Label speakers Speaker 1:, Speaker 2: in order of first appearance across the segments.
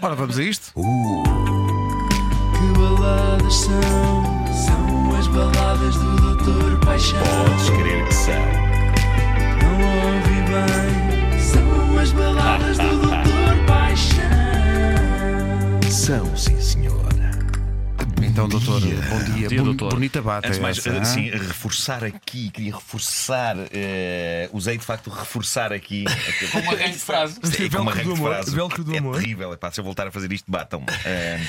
Speaker 1: Ora, vamos a isto?
Speaker 2: Que baladas são? São as baladas do Doutor Paixão.
Speaker 3: Podes crer que são.
Speaker 2: Não ouvi bem. São as baladas do Doutor Paixão.
Speaker 3: São, sim, senhora.
Speaker 1: Então, doutor, bom dia.
Speaker 4: dia,
Speaker 1: Bon-
Speaker 4: doutor.
Speaker 1: Bonita bata. é
Speaker 3: Antes de mais,
Speaker 1: essa,
Speaker 3: eh,
Speaker 1: hã?
Speaker 3: sim, reforçar aqui, queria reforçar, eh, usei de facto reforçar aqui. Como
Speaker 4: arranque de frase.
Speaker 3: É, como
Speaker 5: Velcro
Speaker 3: arranque
Speaker 5: do
Speaker 3: de
Speaker 5: amor,
Speaker 3: frase.
Speaker 5: velcro do
Speaker 3: é
Speaker 5: amor.
Speaker 3: terrível, é pá, se eu voltar a fazer isto, batam-me. Eh,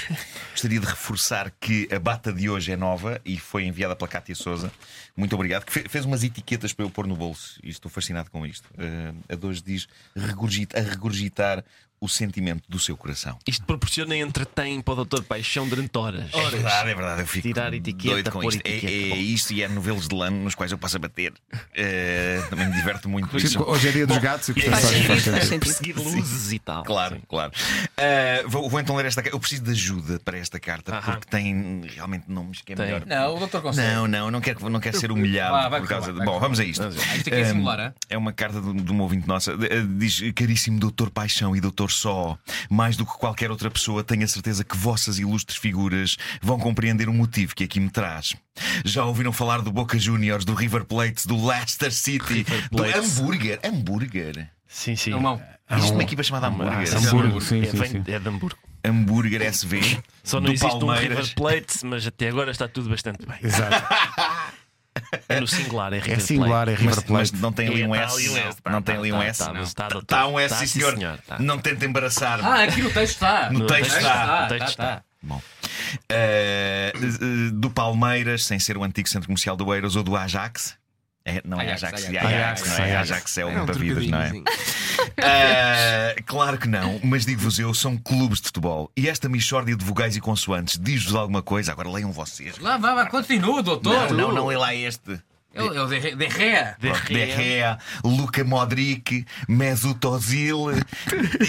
Speaker 3: gostaria de reforçar que a bata de hoje é nova e foi enviada pela Cátia Souza. Muito obrigado, que fe- fez umas etiquetas para eu pôr no bolso e estou fascinado com isto. Eh, a de hoje diz regurgita, a regurgitar o sentimento do seu coração.
Speaker 4: Isto proporciona e entretém para o Doutor Paixão durante horas.
Speaker 3: É verdade, é verdade. Eu fico
Speaker 4: Tirar etiqueta,
Speaker 3: doido com
Speaker 4: pôr
Speaker 3: isto. É-
Speaker 4: etiqueta.
Speaker 3: É, isto e é novelos de lano nos quais eu posso abater. Eh, também me diverto muito com
Speaker 1: Sim,
Speaker 3: isso.
Speaker 1: Hoje é dia dos gatos e portanto
Speaker 3: Faz
Speaker 1: faz- faz
Speaker 6: sentido, faz
Speaker 1: sentido.
Speaker 6: sentido.
Speaker 4: Seguir luzes e tal.
Speaker 3: Claro,
Speaker 4: Sim.
Speaker 3: claro. Eh, vou, vou então ler esta carta. Eu preciso de ajuda para esta carta
Speaker 4: Aham.
Speaker 3: porque tem realmente nomes que é
Speaker 4: Tem.
Speaker 3: melhor.
Speaker 7: Não, o doutor consegue.
Speaker 3: Não, não, não quero, não quero ser humilhado
Speaker 7: Ah, vai
Speaker 3: por
Speaker 7: correr
Speaker 3: causa
Speaker 7: bem,
Speaker 3: de.
Speaker 7: vai
Speaker 3: Bom,
Speaker 7: correr
Speaker 3: vamos a isto.
Speaker 7: Ah, Isto aqui é simular, hã?
Speaker 3: É uma carta de, de uma ouvinte nossa. De- eh, Diz, caríssimo Doutor Paixão e Doutor Só, mais do que qualquer outra pessoa, tenho a certeza que vossas ilustres figuras vão compreender o motivo que aqui me traz. Já ouviram falar do Boca Juniors, do River Plate, do Leicester City, do
Speaker 4: Plate.
Speaker 3: Hambúrguer? Hambúrguer?
Speaker 4: Sim, sim.
Speaker 7: Irmão,
Speaker 3: Existe uma equipa chamada
Speaker 4: Ah,
Speaker 3: Hambúrguer.
Speaker 4: sim,
Speaker 5: Hamburgo,
Speaker 4: sim,
Speaker 5: sim,
Speaker 4: é,
Speaker 5: sim,
Speaker 4: vem-
Speaker 5: sim.
Speaker 4: é de Hamburgo.
Speaker 3: hambúrguer SV.
Speaker 4: Só não
Speaker 3: do
Speaker 4: existe um
Speaker 3: Palmeiras.
Speaker 4: River Plate, mas até agora está tudo bastante bem.
Speaker 5: Exato.
Speaker 4: É no singular, é River
Speaker 1: É
Speaker 4: Plate.
Speaker 1: singular, é
Speaker 3: Mas,
Speaker 1: River
Speaker 3: mas
Speaker 1: Plate.
Speaker 3: não tem ali um
Speaker 4: É, tá ali
Speaker 3: S.
Speaker 4: um S, tá,
Speaker 3: Não
Speaker 4: tá,
Speaker 3: tem ali um
Speaker 4: tá,
Speaker 3: S.
Speaker 4: tá, mas tá, doutor.
Speaker 3: Está um S,
Speaker 4: Tá,
Speaker 3: sim,
Speaker 4: sim,
Speaker 3: senhor.
Speaker 4: senhor, tá.
Speaker 3: Não tenta embaraçar-me.
Speaker 7: Ah, aqui no texto está.
Speaker 3: No texto está.
Speaker 4: No texto está.
Speaker 3: Bom. Eh, eh, do Palmeiras, sem ser o antigo centro comercial do Eiras ou do Ajax. É, não é
Speaker 7: Ajax,
Speaker 3: Ajax, é
Speaker 7: Ajax.
Speaker 3: Ajax, não é?
Speaker 1: Ajax.
Speaker 3: Ajax é o limpa-vidas, não é? Eh, claro que não, mas digo-vos eu, são clubes de futebol. E esta mixórdia de vogais e consoantes diz-vos alguma coisa? Agora leiam vocês.
Speaker 7: Lá, vai, vai, continua, doutor.
Speaker 3: Não, não, é. não lê lá este.
Speaker 7: Ele ele derre- derrea.
Speaker 4: De
Speaker 3: De Gea, Luca Modric, Mesut Ozil,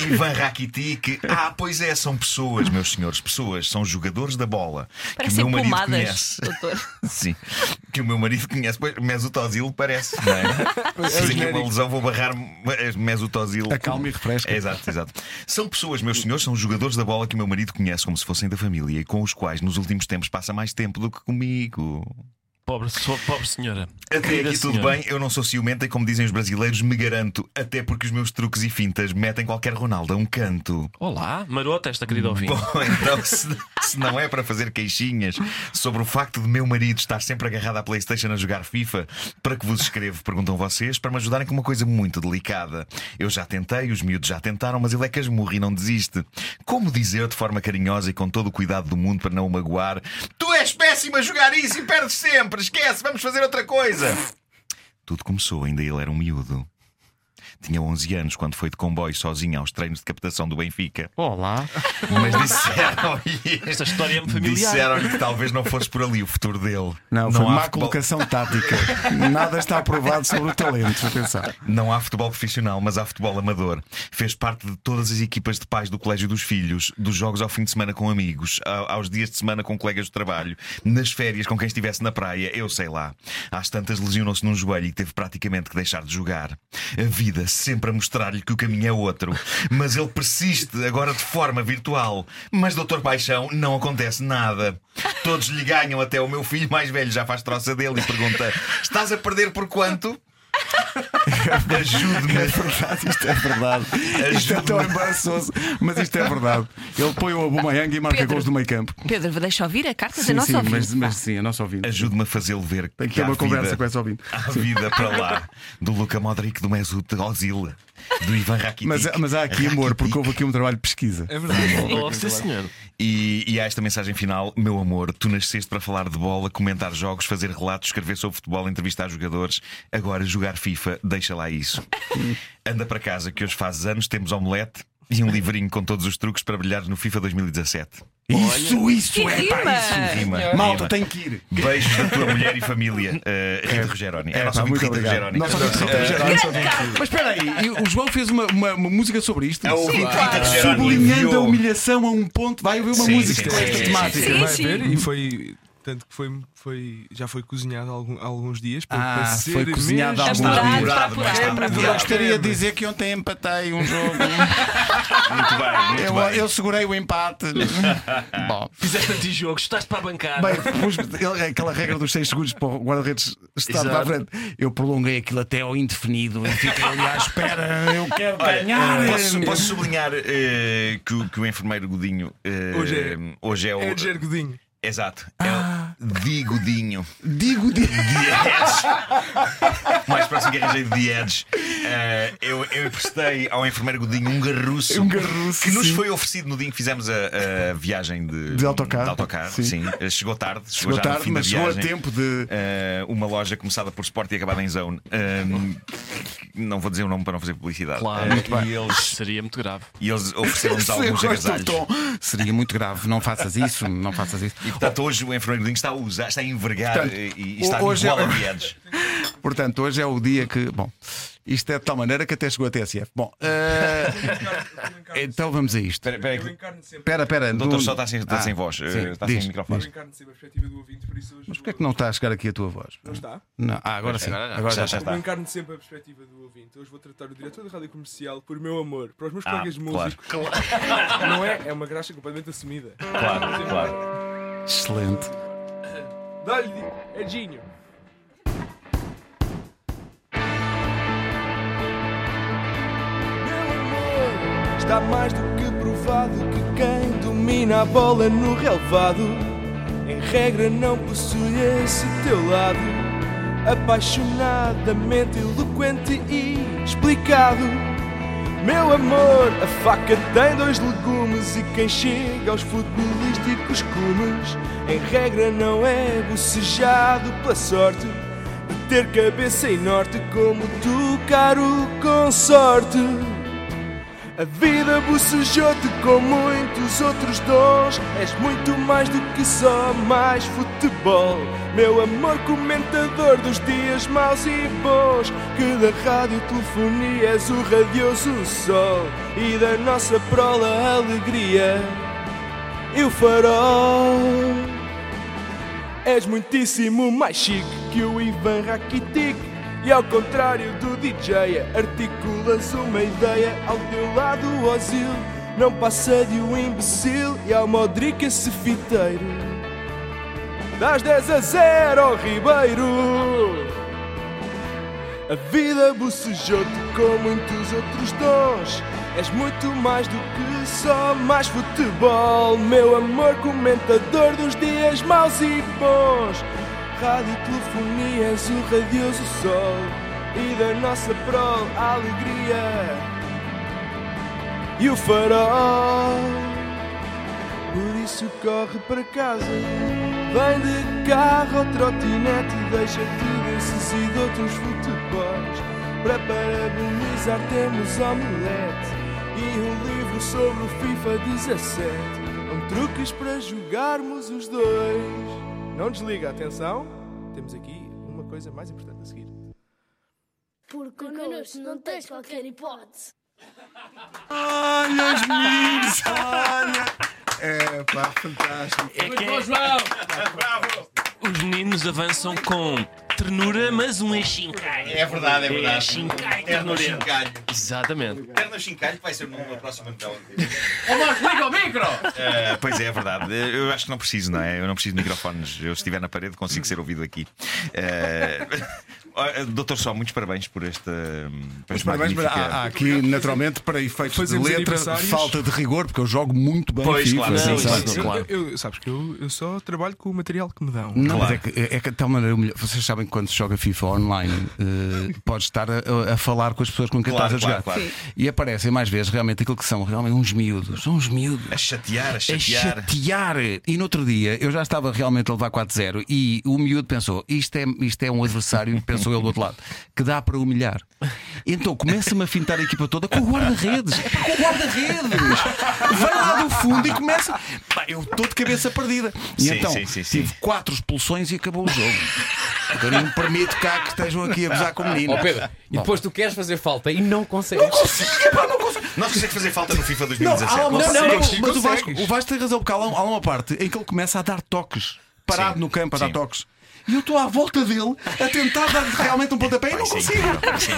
Speaker 3: Ivan Rakitic. Ah, pois é, são pessoas, meus senhores, pessoas, são jogadores da bola que o
Speaker 6: Parecem
Speaker 3: meu marido
Speaker 6: pomadas,
Speaker 3: conhece.
Speaker 6: doutor.
Speaker 3: Sim, que o meu marido conhece, pois Mesut Ozil parece, não é? Se fizer aqui uma lesão, vou barrar Mesut Ozil.
Speaker 1: Acalma e refresca.
Speaker 3: É, Exato, exato. São pessoas, meus senhores, são jogadores da bola que o meu marido conhece como se fossem da família e com os quais nos últimos tempos passa mais tempo do que comigo.
Speaker 4: Pobre, sou pobre senhora.
Speaker 3: Até
Speaker 4: Querida
Speaker 3: aqui tudo
Speaker 4: senhora.
Speaker 3: bem, eu não sou ciumenta e, como dizem os brasileiros, me garanto, até porque os meus truques e fintas metem qualquer Ronaldo a um canto.
Speaker 4: Olá, marota esta querida ouvinte.
Speaker 3: Bom, então, se, se não é para fazer queixinhas sobre o facto de meu marido estar sempre agarrado à PlayStation a jogar FIFA, para que vos escrevo? Perguntam vocês, para me ajudarem com uma coisa muito delicada. Eu já tentei, os miúdos já tentaram, mas ele é casmurro e não desiste. Como dizer de forma carinhosa e com todo o cuidado do mundo para não o magoar: Tu és péssimo a jogar isso e perdes sempre, esquece, vamos fazer outra coisa. Tudo começou, ainda ele era um miúdo. Tinha 11 anos quando foi de comboio sozinho aos treinos de captação do Benfica.
Speaker 4: Olá.
Speaker 3: Mas disseram-lhe
Speaker 4: Esta história é-me familiar.
Speaker 3: Disseram-lhe que talvez não fosse por ali o futuro dele.
Speaker 1: Não, foi
Speaker 3: há
Speaker 1: má
Speaker 3: futebol-
Speaker 1: colocação tática. Nada está aprovado sobre o talento. Atenção.
Speaker 3: Não há futebol profissional, mas há futebol amador. Fez parte de todas as equipas de pais do Colégio dos Filhos, dos jogos ao fim de semana com amigos, a- aos dias de semana com colegas de trabalho, nas férias com quem estivesse na praia, eu sei lá. Às tantas lesionou-se num joelho e teve praticamente que deixar de jogar. A vida sempre a mostrar-lhe que o caminho é outro. Mas ele persiste, agora de forma virtual. Mas, doutor Paixão, não acontece nada. Todos lhe ganham, até o meu filho mais velho já faz troça dele e pergunta: Estás a perder por quanto? Ajude-me.
Speaker 1: Verdade, isto é verdade. Isto é tão embaraçoso, mas isto é verdade. Ele põe o Abumayang e marca
Speaker 6: Pedro.
Speaker 1: gols do meio campo.
Speaker 6: Pedro, deixa ouvir a carta da nossa
Speaker 1: sim,
Speaker 6: ouvinte.
Speaker 1: mas, mas sim, é nosso ouvinte.
Speaker 3: Ajude-me a fazê-lo ver
Speaker 1: Tem que
Speaker 3: que
Speaker 1: ter
Speaker 3: há
Speaker 1: uma conversa
Speaker 3: vida,
Speaker 1: com esse ouvinte.
Speaker 3: há vida para lá. Do Luca Modric, do Mesut Ozil, do Ivan Rakitic.
Speaker 1: Mas, mas há aqui amor, porque houve aqui um trabalho de pesquisa.
Speaker 7: É verdade.
Speaker 4: Oh, sim, senhor.
Speaker 3: E, e há esta mensagem final: Meu amor, tu nasceste para falar de bola, comentar jogos, fazer relatos, escrever sobre futebol, entrevistar jogadores. Agora, jogar FIFA, deixa lá isso. Anda para casa, que hoje fazes anos, temos omelete e um livrinho com todos os truques para brilhar no FIFA 2017.
Speaker 1: Isso, isso
Speaker 6: Que
Speaker 1: é, pá,
Speaker 6: rima!
Speaker 1: isso
Speaker 3: Rima.
Speaker 1: Malta
Speaker 3: Rima.
Speaker 1: tem que ir.
Speaker 3: Beijos da tua mulher e família, uh, Rita Rogeroni.
Speaker 1: É,
Speaker 3: a nossa
Speaker 1: pá, muito
Speaker 3: ouvinte Rita
Speaker 1: obrigado.
Speaker 3: Rogeroni.
Speaker 1: Nossa ouvinte Rita Rogeroni. Mas espera aí, e o João fez uma, uma- uma música sobre isto.
Speaker 3: A ouvinte Rita Rogeroni
Speaker 1: Sublinhando a
Speaker 3: enviou-
Speaker 1: humilhação a um ponto, vai ouvir uma
Speaker 3: Sim,
Speaker 1: música
Speaker 3: sim,
Speaker 1: com
Speaker 3: sim,
Speaker 1: esta
Speaker 3: sim,
Speaker 1: temática.
Speaker 6: sim,
Speaker 5: Vai é ver, e foi Tanto que foi, foi, já foi cozinhado há algum- há alguns dias.
Speaker 1: Ah,
Speaker 5: para
Speaker 1: foi
Speaker 5: ser
Speaker 1: cozinhado há
Speaker 5: mesmo-
Speaker 1: alguns
Speaker 6: Apurado,
Speaker 1: dias.
Speaker 6: para
Speaker 3: Apurado, mas
Speaker 6: apurar,
Speaker 3: está
Speaker 6: para
Speaker 1: Eu
Speaker 6: apurar.
Speaker 1: gostaria de dizer que ontem empatei um jogo.
Speaker 3: Muito bem, muito
Speaker 1: Eu,
Speaker 3: bem.
Speaker 1: eu segurei o empate. Bom,
Speaker 4: Fizeste antijogos, estás para a bancada.
Speaker 1: bem, pus- ele- é aquela regra dos 6 segundos para o guarda-redes estar
Speaker 4: Exato.
Speaker 1: para a frente. Eu prolonguei aquilo até ao indefinido e fiquei ali à espera. Eu quero ganhar. é
Speaker 3: Posso, posso sublinhar eh, que, o- que o enfermeiro Godinho eh,
Speaker 5: Hoje é-
Speaker 3: hoje é o.
Speaker 5: É de Jergodinho.
Speaker 3: Exato. É
Speaker 1: Ah.
Speaker 3: o Di Godinho.
Speaker 1: Digo, digo.
Speaker 3: Diedes. Mais próximo que arranjei de Diedes. Eh, eu, eu emprestei ao enfermeiro Godinho um garruço.
Speaker 1: Um garruço,
Speaker 3: Que nos
Speaker 1: sim.
Speaker 3: foi oferecido no dia em que fizemos a, a viagem de,
Speaker 1: De autocarro,
Speaker 3: Sim.
Speaker 1: sim.
Speaker 3: Eh, Chegou tarde. Chegou,
Speaker 1: Chegou
Speaker 3: já no
Speaker 1: tarde,
Speaker 3: fim
Speaker 1: mas
Speaker 3: da
Speaker 1: chegou a
Speaker 3: viagem.
Speaker 1: tempo de.
Speaker 3: Eh, uma loja começada por Sport e acabada em Zone. Ehm, não vou dizer o nome para não fazer publicidade.
Speaker 4: Claro,
Speaker 3: Eh,
Speaker 4: muito
Speaker 3: e eles,
Speaker 4: Seria muito grave.
Speaker 3: e eles ofereceram-nos
Speaker 1: Eu
Speaker 3: alguns
Speaker 1: gosto do
Speaker 3: agasalhos.
Speaker 1: é tom. Seria muito grave, não faças isso, não faças isso.
Speaker 3: E portanto, hoje o enfermeiro Godinho está a usar, está a envergar
Speaker 1: Portanto,
Speaker 3: eh, e, e está
Speaker 1: hoje
Speaker 3: igual
Speaker 1: é-
Speaker 3: a Diedes.
Speaker 1: Portanto, hoje é o dia que. Bom, isto é de tal maneira que até chegou a TSF. Bom, eh,
Speaker 3: É
Speaker 1: então vamos a isto.
Speaker 3: Espera, espera, que-
Speaker 5: Encarno sempre,
Speaker 1: Espera, espera.
Speaker 3: o doutor
Speaker 1: não-
Speaker 3: só está sem, está
Speaker 1: Ah,
Speaker 3: sem voz, eh,
Speaker 1: sim,
Speaker 3: está
Speaker 1: diz,
Speaker 3: sem microfone.
Speaker 5: encarno sempre a perspectiva do ouvinte, por isso hoje.
Speaker 1: Mas porquê é que não está a chegar aqui a tua voz?
Speaker 5: Não está?
Speaker 1: Não, ah, agora sim. Agora, já,
Speaker 3: já
Speaker 1: está.
Speaker 3: está.
Speaker 5: Eu encarno sempre a perspectiva do ouvinte. Hoje vou tratar o diretor da rádio comercial por meu amor, para os meus
Speaker 3: Ah,
Speaker 5: colegas
Speaker 3: claro.
Speaker 5: músicos. Não é? É uma graxa completamente assumida.
Speaker 3: Claro, claro.
Speaker 1: Excelente.
Speaker 5: Dá-lhe, Edinho. Está mais do que provado que quem domina a bola no relevado, em regra, não possui esse teu lado. Apaixonadamente eloquente e explicado. Meu amor, a faca tem dois legumes e quem chega aos futebolísticos cumes, em regra não é bocejado pela sorte de ter cabeça em norte como tu, caro consorte. A vida bocejou-te com muitos outros dons, és muito mais do que só mais futebol. Meu amor, comentador dos dias maus e bons, que da rádio e telefonia és o radioso sol e da nossa prola a alegria e o farol. És muitíssimo mais chique que o Ivan Rakitic E ao contrário do DJ Articulas uma ideia Ao teu lado o Ozil Não passa de um imbecil E ao Modric esse fiteiro Dás 10 a 0 ao Ribeiro a vida bocejou-te com muitos outros dons. És muito mais do que só mais futebol, meu amor, comentador dos dias maus e bons. Rádio, telefonia, és o radioso sol e da nossa prol a alegria e o farol. Por isso corre para casa. Vem de carro ou trotinete Deixa-te desses e de outros futebols Para parabenizar temos omelete E um livro sobre o FIFA 17 Com truques para jogarmos os dois Não desliga, atenção Temos aqui uma coisa mais importante a seguir
Speaker 8: Porque connosco não tens qualquer hipótese.
Speaker 1: Olha os meninos, olha. É pá, fantástico.
Speaker 3: É
Speaker 7: Muito bom, João!
Speaker 4: Os meninos avançam com ternura, mas um achincalho.
Speaker 3: É verdade, é verdade.
Speaker 4: É achincalho,
Speaker 3: Perna
Speaker 4: ternurento.
Speaker 3: chincalho.
Speaker 4: Exatamente.
Speaker 3: Perna chincalho vai ser o nome da próxima novela.
Speaker 7: Ô, Marcos, liga o micro!
Speaker 3: Eh, pois é, é verdade. Eh, Eu acho que não preciso, não é? Eu não preciso de microfones. Eu, se estiver na parede, consigo ser ouvido aqui. Eh, oh, Doutor Só, muitos parabéns por esta. Por
Speaker 1: Mas
Speaker 3: esta
Speaker 1: parabéns, mas
Speaker 3: magnífica...
Speaker 1: há, há aqui, naturalmente, para efeitos
Speaker 5: Fazemos
Speaker 1: de letra,
Speaker 5: aniversários.
Speaker 1: falta de rigor, porque eu jogo muito bem
Speaker 3: Pois,
Speaker 1: FIFA.
Speaker 3: claro, sim,
Speaker 1: não,
Speaker 3: sim,
Speaker 1: sabe?
Speaker 4: sim. Claro.
Speaker 5: sabes que eu, eu só trabalho com o material que me dão.
Speaker 1: Não,
Speaker 3: Claro.
Speaker 1: mas é que, é que de tal maneira, o melhor- vocês sabem que quando se joga FIFA online, eh, podes estar a, a falar com as pessoas com quem
Speaker 3: Claro,
Speaker 1: estás a jogar.
Speaker 3: claro, claro.
Speaker 1: E aparecem mais vezes realmente aquilo que são realmente uns miúdos. São uns miúdos.
Speaker 3: A chatear, a
Speaker 1: A
Speaker 3: chatear.
Speaker 1: É chatear. E no outro dia eu já estava realmente a levar 4-0 e o miúdo pensou: isto é, isto é um adversário, pensou ele do outro lado, que dá para humilhar. Então começa-me a fintar a equipa toda com o guarda-redes. É pá, com o guarda-redes! Vai lá do fundo e começa. Pá, eu estou de cabeça perdida. E
Speaker 3: Sim,
Speaker 1: então
Speaker 3: sim, sim, sim.
Speaker 1: tive quatro expulsões e acabou o jogo. Eu não permito cá que estejam aqui a abusar com o menino.
Speaker 9: Ó Pedro, e depois tu queres fazer falta e não consegues.
Speaker 3: Nós conseguimos fazer falta no FIFA
Speaker 1: Não,
Speaker 3: 2017.
Speaker 1: há uma-
Speaker 3: Não,
Speaker 1: não,
Speaker 3: sei.
Speaker 1: um, mas o Vasco, o Vasco tem razão, porque há lá, há lá uma parte em que ele começa a dar toques. parado
Speaker 3: Sim,
Speaker 1: no campo a dar
Speaker 3: sim.
Speaker 1: toques. E eu estou à volta dele a tentar dar realmente um pontapé e não
Speaker 3: Isso é
Speaker 1: consigo.
Speaker 3: incrível, isso é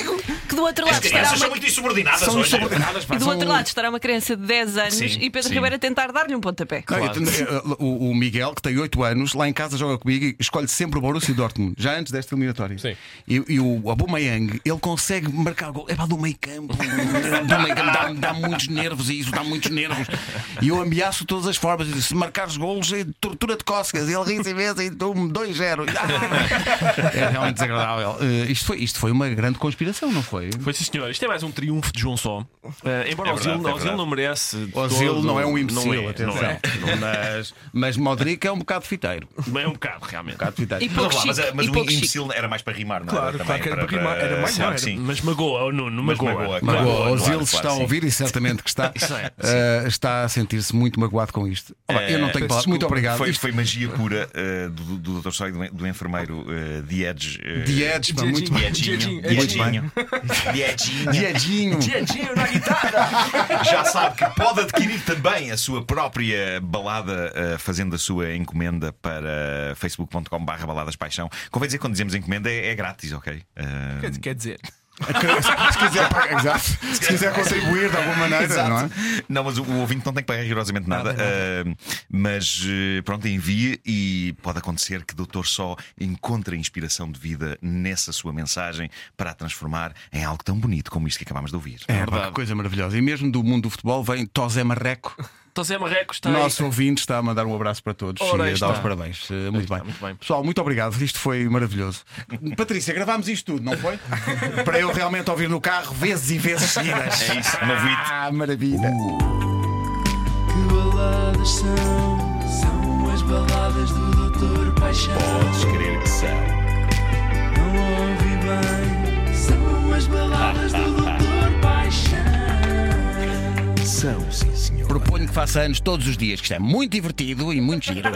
Speaker 3: incrível.
Speaker 6: Que do outro lado
Speaker 3: As
Speaker 6: estará
Speaker 3: crianças são
Speaker 6: uma.
Speaker 3: muito insubordinadas
Speaker 1: São
Speaker 3: hoje.
Speaker 1: insubordinadas, pá,
Speaker 6: E do
Speaker 1: são-
Speaker 6: outro lado estará uma criança de 10 anos
Speaker 3: um- Sim,
Speaker 6: e Pedro
Speaker 3: sim.
Speaker 6: Ribeiro a tentar dar-lhe um pontapé.
Speaker 1: Não, eu tenho- o, o Miguel, que tem 8 anos, lá em casa joga comigo e escolhe sempre o Borussia Dortmund, já antes desta eliminatória.
Speaker 9: Sim.
Speaker 1: E, e o Aubameyang, ele consegue marcar gol. É pá, do meio campo. Do meio campo dá, dá muitos nervos e isso, dá muitos nervos. E eu ameaço de todas as formas. E digo, Se marcares golos, é tortura de cócegas. E ele ri-se imenso e dou-me 2-0. Ah! É realmente desagradável. Eh, isto, foi, isto foi uma grande conspiração, não foi?
Speaker 4: Foi sim, senhor. Isto é mais um triunfo de João Só. Eh, embora
Speaker 3: É
Speaker 4: o Zil
Speaker 3: verdade, é verdade.
Speaker 4: não merece. de
Speaker 1: Ozil
Speaker 4: todo-
Speaker 1: não é um
Speaker 4: Não é,
Speaker 1: imbecil, atenção.
Speaker 4: não é.
Speaker 1: Mas, mas Modric é um bocado fiteiro. Um
Speaker 4: Mas é um bocado, realmente.
Speaker 1: bocado fiteiro.
Speaker 6: E
Speaker 3: Mas,
Speaker 6: pouco
Speaker 3: vamos lá, mas,
Speaker 6: chique.
Speaker 3: mas
Speaker 6: e
Speaker 3: o
Speaker 6: pouco chique.
Speaker 3: imbecil era mais para rimar, não
Speaker 5: Claro,
Speaker 3: era?
Speaker 5: claro que era
Speaker 3: Também
Speaker 5: para rimar, era mais,
Speaker 3: Claro
Speaker 5: não
Speaker 3: que
Speaker 5: era.
Speaker 3: sim.
Speaker 4: Mas magoa, o Nuno, magoa.
Speaker 3: magoa,
Speaker 4: Magoa.
Speaker 3: claro.
Speaker 1: Magoa. O Zil
Speaker 3: claro,
Speaker 1: está
Speaker 3: claro,
Speaker 1: a
Speaker 3: sim.
Speaker 1: ouvir e certamente que está,
Speaker 4: Isso é,
Speaker 1: eh, está a sentir-se muito magoado com isto. Olha, eu não tenho
Speaker 5: peço
Speaker 1: palavras. Muito
Speaker 5: desculpa.
Speaker 1: obrigado.
Speaker 3: Foi,
Speaker 1: Isto-
Speaker 3: foi magia pura eh, do, do Dr. Só e do, do enfermeiro eh, The Edge. eh,
Speaker 1: The Edge, pá, muito bem.
Speaker 3: Dietinho.
Speaker 5: Dietinho.
Speaker 3: Dietinho. Dietinho.
Speaker 1: Diedinho.
Speaker 5: Diadinho na guitarra!
Speaker 3: Já sabe que pode adquirir também a sua própria balada eh, fazendo a sua encomenda para facebook.com.br baladaspaixão. Convém dizer que quando dizemos encomenda é, é grátis, ok? Eh,
Speaker 5: Quer dizer,
Speaker 1: Se quiser, pá, exato. Se quiser contribuir de alguma maneira,
Speaker 3: Exato.
Speaker 1: não é?
Speaker 3: Não, mas o, o ouvinte não tem que pagar rigorosamente nada. Ah, mas eh, pronto, envie e pode acontecer que o doutor só encontre a inspiração de vida nessa sua mensagem para a transformar em algo tão bonito como isto que acabámos de ouvir.
Speaker 1: É, pá, que coisa maravilhosa. E mesmo do mundo do futebol vem Tosé Marreco.
Speaker 4: Então Zé Marreco está aí.
Speaker 1: Nosso ouvinte está a mandar um abraço para todos
Speaker 4: Ora, aí
Speaker 1: e a
Speaker 4: está.
Speaker 1: dar os parabéns. Eh, Muito bem.
Speaker 4: muito bem.
Speaker 1: Pessoal, muito obrigado. Isto foi maravilhoso. Patrícia, gravámos isto tudo, não foi? para eu realmente ouvir no carro vezes e vezes seguidas.
Speaker 3: É isso, uma Uh. vite.
Speaker 1: Ah, maravilha.
Speaker 2: Que baladas são? São as baladas do Doutor Paixão.
Speaker 3: Podes crer que são.
Speaker 2: Não ouvi bem. São as baladas do Doutor Paixão.
Speaker 3: São, sim, senhor.
Speaker 1: Proponho que faça anos todos os dias, que isto é muito divertido e muito giro.